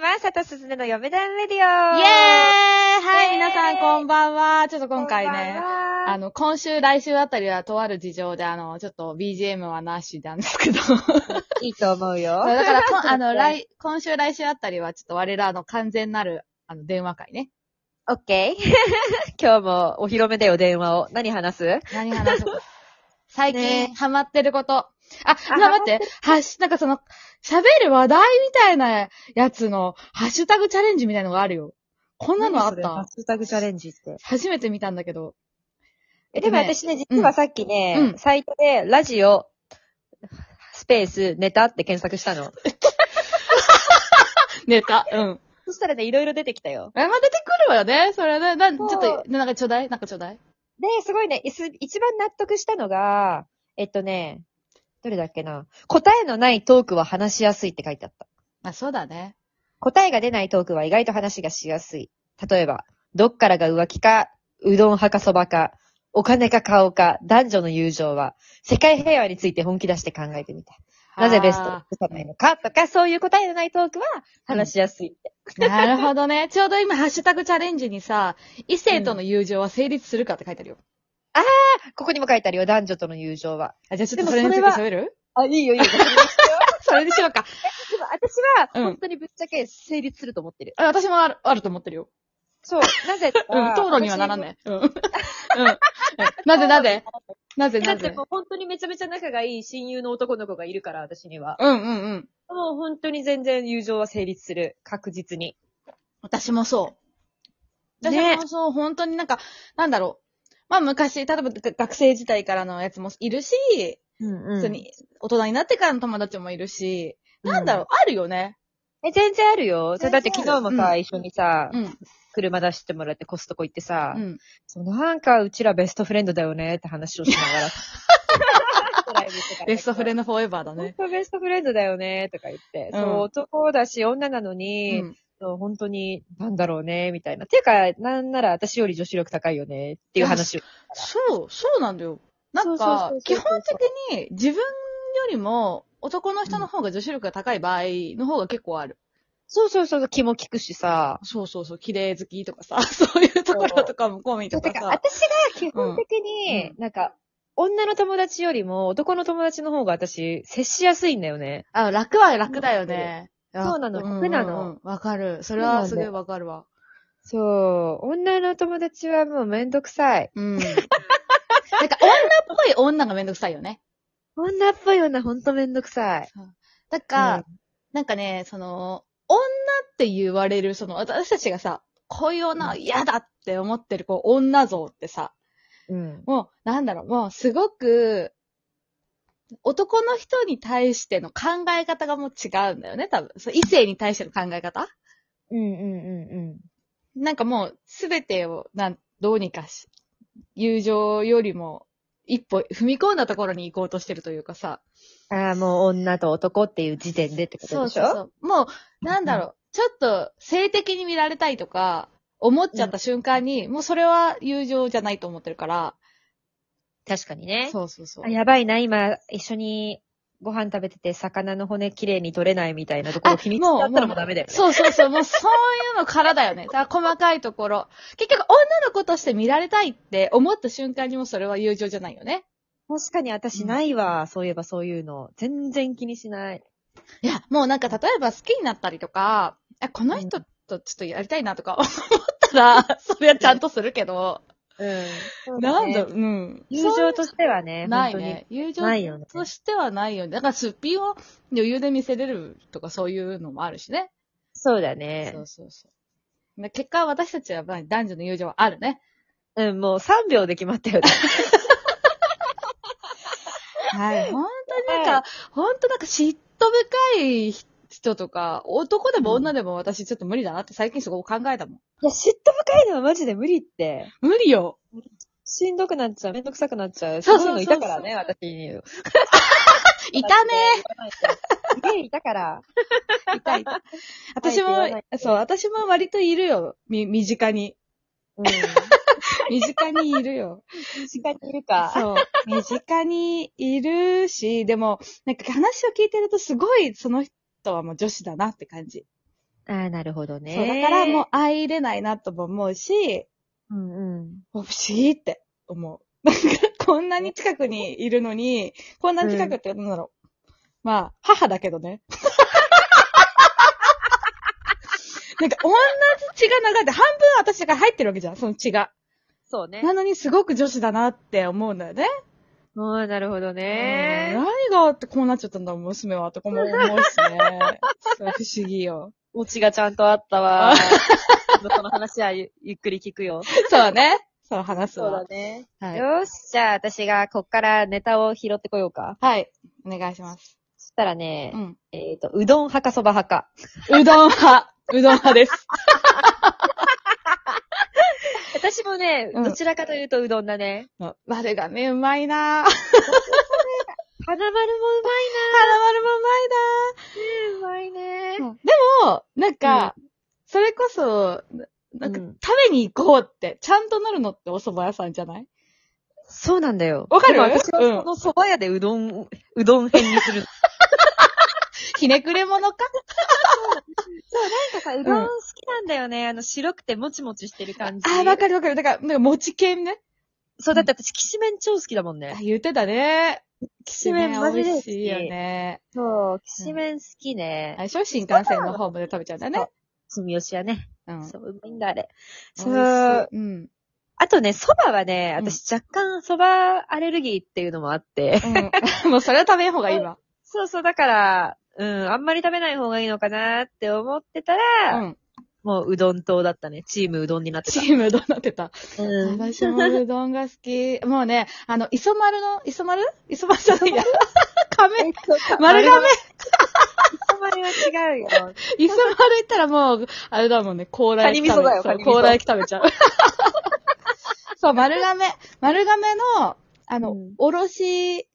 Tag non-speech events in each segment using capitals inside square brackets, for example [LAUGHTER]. ます。佐藤すずめの嫁談レディオイェーイイエーイはイエーイい、皆さんこんばんは。ちょっと今回こんばね、んはあの、今週、来週あたりはとある事情で、あの、ちょっと BGM はなしなんですけど。そういいと思うよ。だから、こんあの、来、今週、来週あたりは、ちょっと我らの完全なる、あの、電話会ね。 [LAUGHS] オッケー。 [LAUGHS] 今日もお披露目だよ、電話を。何話す何話 [LAUGHS] そうか。最ね近、ハマってること。あ、な、待って、ハッシュ、なんかその、喋る話題みたいなやつの、ハッシュタグチャレンジみたいのがあるよ。こんなのあっ何それハッたシュタグチャレンジって。初めて見たんだけど。え、でもえっとね私ね、実はさっきね、うんサイトで、ラジオ、スペース、ネタって検索したの。ネタ、うん。そしたらね、いろいろ出てきたよ。え、まあ、出てくるわよね。それね。な、ちそょうっと、なんかちょうだいなんかちょうだいで、すごいね、いす一番納得したのが、えっとね、どれだっけな。答えのないトークは話しやすいって書いてあった。まあ、そうだね。答えが出ないトークは意外と話がしやすい。例えば、どっからが浮気か、うどん派かそばか、お金か顔か、男女の友情は、世界平和について本気出して考えてみた。なぜベストをあ尽くさないのかとか、そういう答えのないトークは話しやすいって。ーなるほど [LAUGHS] ね。ちょうど今、ハッシュタグチャレンジにさ、異性との友情は成立するかって書いてあるよ。ここにも書いてあるよ、男女との友情は。あ、じゃあちょっでもとそれにそついてれは喋る [LAUGHS] あ、いい [LAUGHS] よ、いいよ。それにしようか。でも私は、うん本当にぶっちゃけ成立すると思ってる。あ私もある、あると思ってるよ。そう、なぜうん、討論にはならない。うん。うん。なぜなぜなぜ私だなってぜもう本当にめちゃめちゃ仲がいい親友の男の子がいるから、私には。うんうんうん。もう本当に全然友情は成立する。確実に。私もそう。ね私もそう、本当になんか、なんだろう。まあ昔、例えばが学生時代からのやつもいるし、うん普通に大人になってからの友達もいるし、なんだろう、あるよね。え、全然あるよ。それだって昨全日然あるもさ、一緒にさ、うん。車出してもらってコストコ行ってさ、うん。そのなんかうちらベストフレンドだよねって話をしなが [LAUGHS] ら。ドライブしてたんだけどベストフレンドフォーエバーだ本ね。当ベストフレンドだよねとか言って、うんそう、男だし女なのうに、ん。そう本当になんだろうねみたいな。っていうか、なんなら私より女子力高いよねっていう話を。そう、そうなんだよ。なんかそう、そう基そうそう本的に自分よりも男の人の方が女子力が高い場合の方が結構ある。そうそうそう、気も利くしさ。そうそうそう、綺麗好きとかさ、 [LAUGHS] そういうところとかも込みそとう、だかからさ。私が基本的に、うんなんか、女の友達よりも男の友達の方が私、接しやすいんだよね。あ、楽は楽だよね。そうなのんんん楽なの。わかる。それはすごいわかるわ。そう、女の友達はもうめんどくさい。うん。 [LAUGHS] なんか女っぽい女がめんどくさいよね。女っぽい女ほんとめんどくさい。だから、うんなんかね、その、女って言われる、その、私たちがさ、こういう女は嫌だって思ってる、こう、女像ってさ、うん。もう、なんだろう、もう、すごく、男の人に対しての考え方がもう違うんだよね、多分。そう異性に対しての考え方うんうんうんうん。なんかもう、すべてを、なん、どうにかし、友情よりも、一歩踏み込んだところに行こうとしてるというかさ。ああ、もう女と男っていう時点でってことそうでしそょうそう。もう、なんだろう、ちょっと性的に見られたいとか、思っちゃった瞬間に、もうそれは友情じゃないと思ってるから。確かにね。そうそうそうあ。やばいな、今、一緒にご飯食べてて、魚の骨きれいに取れないみたいなところを気にしちゃったらもうダメだよね。そうそうそう、もうそういうのからだよね。だから細かいところ。結局、女の子として見られたいって思った瞬間にもうそれは友情じゃないよね。確かに私ないわ、そういえばそういうの。全然気にしない。いや、もうなんか例えば好きになったりとか、あこの人とちょっとやりたいなとか思った [LAUGHS] ら、それはちゃんとするけど、うんなんだ、うん。友情としてはね、ない本当にね。友情ないよね。としてはないよね。だからすっぴんを余裕で見せれるとかそういうのもあるしね。そうだねそ。うそうそう。で結果私たちはまあ男女の友情はあるね。うん、もう3秒で決まったよね。はい。本当にはないんか、本当なんか嫉妬深い人とか、男でも女でも私ちょっと無理だなって最近すごい考えたもん。 [LAUGHS] いや、嫉妬深いのはマジで無理って。無理よ。しんどくなっちゃう、めんどくさくなっちゃう。そうすそうごいそのういたからね、私に。いいたねすげえいたから。いたいた。私もあえて言わない、でそう、私も割といるよ。み、身近に。うん。 [LAUGHS] 身近にいるよ。身近にいるか。そう。身近にいるし、でも、なんか話を聞いてるとすごいその人はもう女子だなって感じ。ああ、なるほどね。そう、だからもう相入れないなとも思うし、う、うんうん。もう不思議って思う。なんか、こんなに近くにいるのに、こんな近くってなんだろう。まあ、母だけど [LAUGHS] ね。なんか、同じ血が流れて、半分私が入ってるわけじゃん、その血が。そうね。なのにすごく女子だなって思うんだよね。ああ、なるほどね。うん何があってこうなっちゃったんだ、娘は、とかも思うしね。そう不思議 [LAUGHS] よ。オチがちゃんとあった [LAUGHS] わ。その話はゆゆっくり聞くよ。そうね。そう、話すそうだわ。ね。はい。よし、じゃあ私がこっからネタを拾ってこようか。はい。お願いします。そしたらね、うん。えっ、と、うどん派かそば派か。うどん派。 [LAUGHS] うどん派です。私もね、うんどちらかというとうどんだね。我がね、うまいな花ぁ。丸も花丸もうまいね。うまいね。うまいなぁ。でも、なんか、それこそ、ななんか、う食んべに行こうって、ちゃんとなるのってお蕎麦屋さんじゃないそうなんだよ。わかるでも私はうんこの蕎麦屋でうどん、うどん編に [LAUGHS] する。ひねくれ者かなんかさ、うどん好きなんだよね。あの、白くてもちもちしてる感じ。あ、わかるわかる。だから、なんか、餅系ね。そう、だって私、きしめん超好きだもんあね。言ってたね。きしめんマジで美好味しき。いよね。そう、きしめん好きね。あれでしょ新幹線のホームで食べちゃうんだよね。住吉はね。うん。そう、うまいんだ、あれ。美味しいそう。うん。あとね、蕎麦はね、うん私若干蕎麦アレルギーっていうのもあって。 [LAUGHS] うん。 [LAUGHS] もうそれは食べん方がいいわ。そうそう、だから、うん、あんまり食べない方がいいのかなって思ってたうら、ん。もううどん党だったね。チームうどんになってチた。ームどうなってたうん。私もうどんが好き。もうね、あの、磯丸の、磯丸磯丸じゃないや。え亀っと丸亀丸亀 [LAUGHS] は違うよ。磯丸行ったらもう、あれだもんね、高麗焼きカニ味噌だ食べちゃよカニう。そう味噌高麗焼き食べちゃう。 [LAUGHS] そう、丸亀。丸亀の、あの、うんおろし、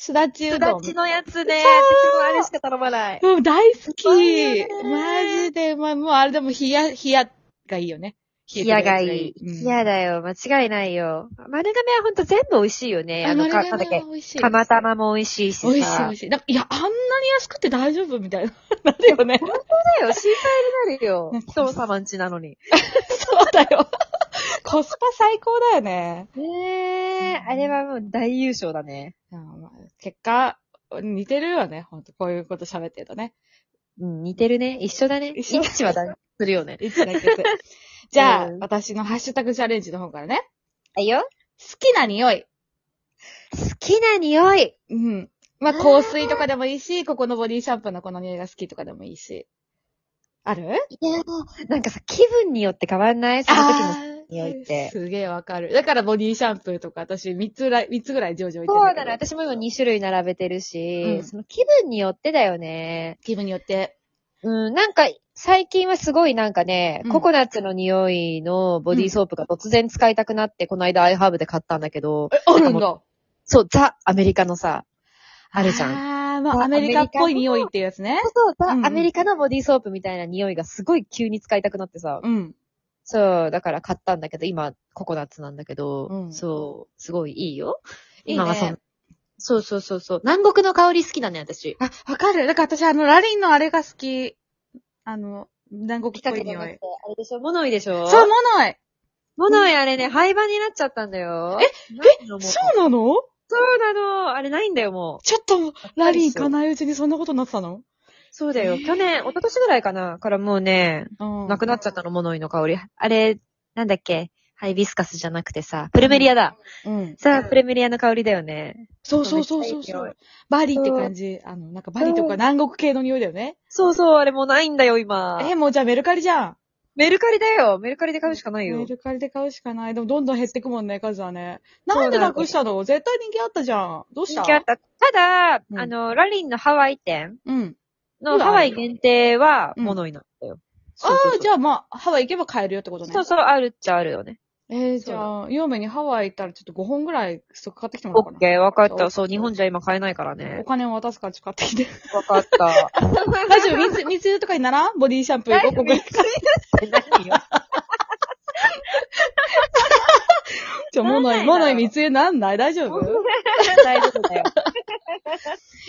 すだちすうだどん。ちのやつね、私もあれしか頼まない。もう大好きうまいよねマジでうまい。もうあれでも冷や、冷やがいいよね。冷冷えてるややつがいい。うん冷やだよ。間違いないよ。丸亀はほんと全部美味しいよね。あの、か、丸なんだっ亀けは。美味しい。釜玉も美味しいしさ。美味しい美味しい。なんかいや、あんなに安くて大丈夫みたいな。 [LAUGHS] なるよ [LAUGHS] ね。だよ、心配になるよ。人様んちなのに。そうだよ。コスパ最高だよね。ねえ、あれはもう大優勝だね。うんまあ結果、似てるよね。ほんとこういうこと喋ってるとね。うん、似てるね。一緒だね。一緒一致はだするよね。いつだ [LAUGHS] け。じゃあ、うん私のハッシュタグチャレンジの方からね。あいよ。好きな匂い。好きな匂い。うん。まあ、香水とかでもいいし、ここのボディシャンプーのこの匂いが好きとかでもいいし。あるいやなんかさ、気分によって変わんないその時の。ー匂いってすげえわかる。だからボディシャンプーとか私3つぐらい、三つぐらい上々置いてそうるんだだね。けど。私も今2種類並べてるし、うんその気分によってだよね。気分によって。うん、なんか、最近はすごいなんかね、うんココナッツの匂いのボディーソープが突然使いたくなって、この間アイハーブで買ったんだけど、え、あるんだ。そう、ザ・アメリカのさ、あるじゃん。ん。あー、まそうあ、アメリカっぽい匂いっていうやつね。そうそう、うんうんアメリカのボディーソープみたいな匂いがすごい急に使いたくなってさ。うん。そう、だから買ったんだけど、今、ココナッツなんだけど、うんそう、すごいいいよ。いい今はそねん。そうそうそうそう。南国の香り好きだね、私。あ、わかる。だから私、あの、ラリンのあれが好き。あの、南国っぽいじゃ匂なくいて。あれでしょモノイでしょそう、もない。モノイあれね、廃盤になっちゃったんだよ。ええそうそうなのそうなのあれないんだよ、もう。ちょっと、ラリン行かないうちにそんなことになってたのそうだよ。去年、一昨年ぐらいかなからもうね、うんなくなっちゃったの、モノイの香り。あれ、なんだっけハイビスカスじゃなくてさ、プルメリアだ。うん。さあ、プレミリアの香りだよね。そうそうそうそうめっちゃそ。いい匂いうバリって感じ。あの、なんかバリとそうか南国系の匂いだよね。そうそう、あれもうないんだよ、今。え、もうじゃあメルカリじゃん。メルカリだよ。メルカリで買うしかないメよ。ルカリで買うしかない。でもどんどん減ってくもんね、数はね。そうだなよんでなくしたの絶対人気あったじゃん。どうした人気あった。ただ、うんあの、ラリンのハワイ店うん。のうんハワイ限定は、うんものになったよ。ああ、じゃゃあまあ、ハワイ行けば買えるよってことね。そうそう、あるっちゃあるよね。えー、じゃあ、嫁にハワイ行ったらちょっと5本ぐらいストック買ってきてもオらおッうかな。ケー、わかっそた。うそう、日本じゃ今買えないからねお。金を渡すからちょっと買って [LAUGHS] きて。わか [LAUGHS] った。大丈夫密密輸とかにならんボディシャンプー5個ぐらい。何よ。ちょ、なもんのないだろう、ものいみつえなんない大丈夫大丈夫だよ。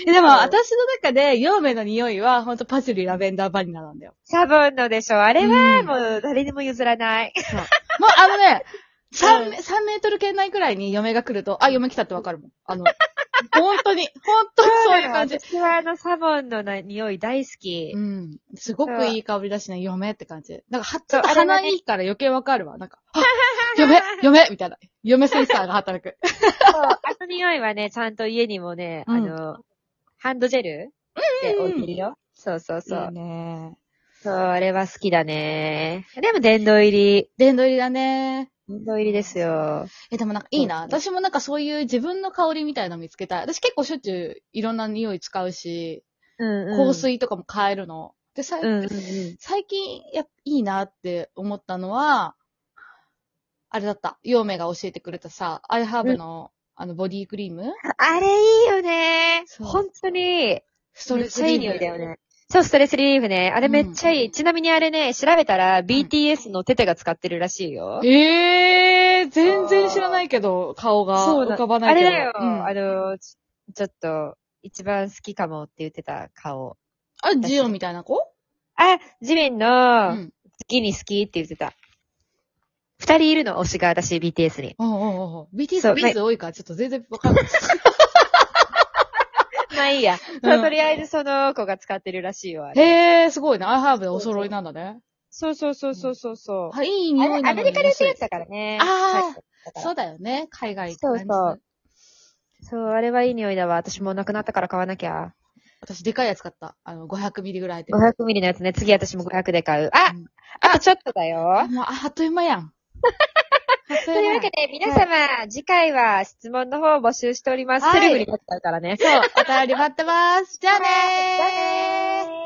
えでも、私の中で、陽明の匂いは、ほんとパセリ、ラベンダー、バニラなんだよ。サボンのでしょ。あれはうんもう誰にも譲らない。もう、あの [LAUGHS] ね、う3、ん3メートル圏内くらいに嫁が来ると、あ、嫁来たってわかるもん。 [LAUGHS] あの、本当に、本当に [LAUGHS] そういう感じ。私はあのサボンのな匂い大好き。うん。すごくいい香りだしね、嫁って感じ。なんか、はちそょうっとあれはね鼻いいから余計わかるわ。な [LAUGHS] んか、あ、嫁、嫁みたいな。嫁センサーが [LAUGHS] 働く。そうあの匂いはね、ちゃんと家にもね、うんあの、ハンドジェルでうんうんうん置いてるよ。そうそうそう。いいね。そう、あれは好きだね。でも殿堂入り。殿堂入りだね。殿堂入りですよ。え、でもなんかいいな。そうで私もなんかそういう自分の香りみたいの見つけたい。私結構しょっちゅういろんな匂い使うし、うん、香。水とかも変えるの。で、さいうん、うん、うん。最近や、いいなって思ったのは、あれだった。陽明が教えてくれたさ、アイハーブの、あの、ボディクリームあれいいよね。そう本当に。スそトれレちスゃいリいー匂ブいだよね。そう、ストレスリリーフね。あれめっちゃいい。ちなみにあれね、調べたら BTS のテテが使ってるらしいよ。ええー、全然知らないけど、顔がそうだ浮かばなあいけれど。だよ。うんあの、ちちょっと、一番好きかもって言ってた顔。あれ、ジオンみたいな子あ、地面うの、好ん。きに好きって言ってた。二人いるの、推しが私、BTS に。うんうんうん。そう BTS、ないビーズ多いから、ちょっと全然わかん [LAUGHS] ない。まあいいや。うそう、んとりあえずその子が使ってるらしいよ、あれ。へえ、すごいね。アイハーブでお揃いなんだね。そうそうそうそうそうそう。あ、いいあ匂いなのれにアメリカで売ってるやつだからね。あーあそうだよね。海外そうそう感じそう、あれはいい匂いだわ。私もうなくなったから買わなきゃ。私、でかいやつ買った。あの、500ミリぐらいで。 500ミリのやつね。次私も500で買う。あ、うんあとちょっとだよ。もう、ああっという [LAUGHS] 間やん。あっとというわやんけで、皆様、次回は質問の方を募集しております。はいセレブになっちゃうからね。そう、お便り待ってます。じゃあねー。じゃあねー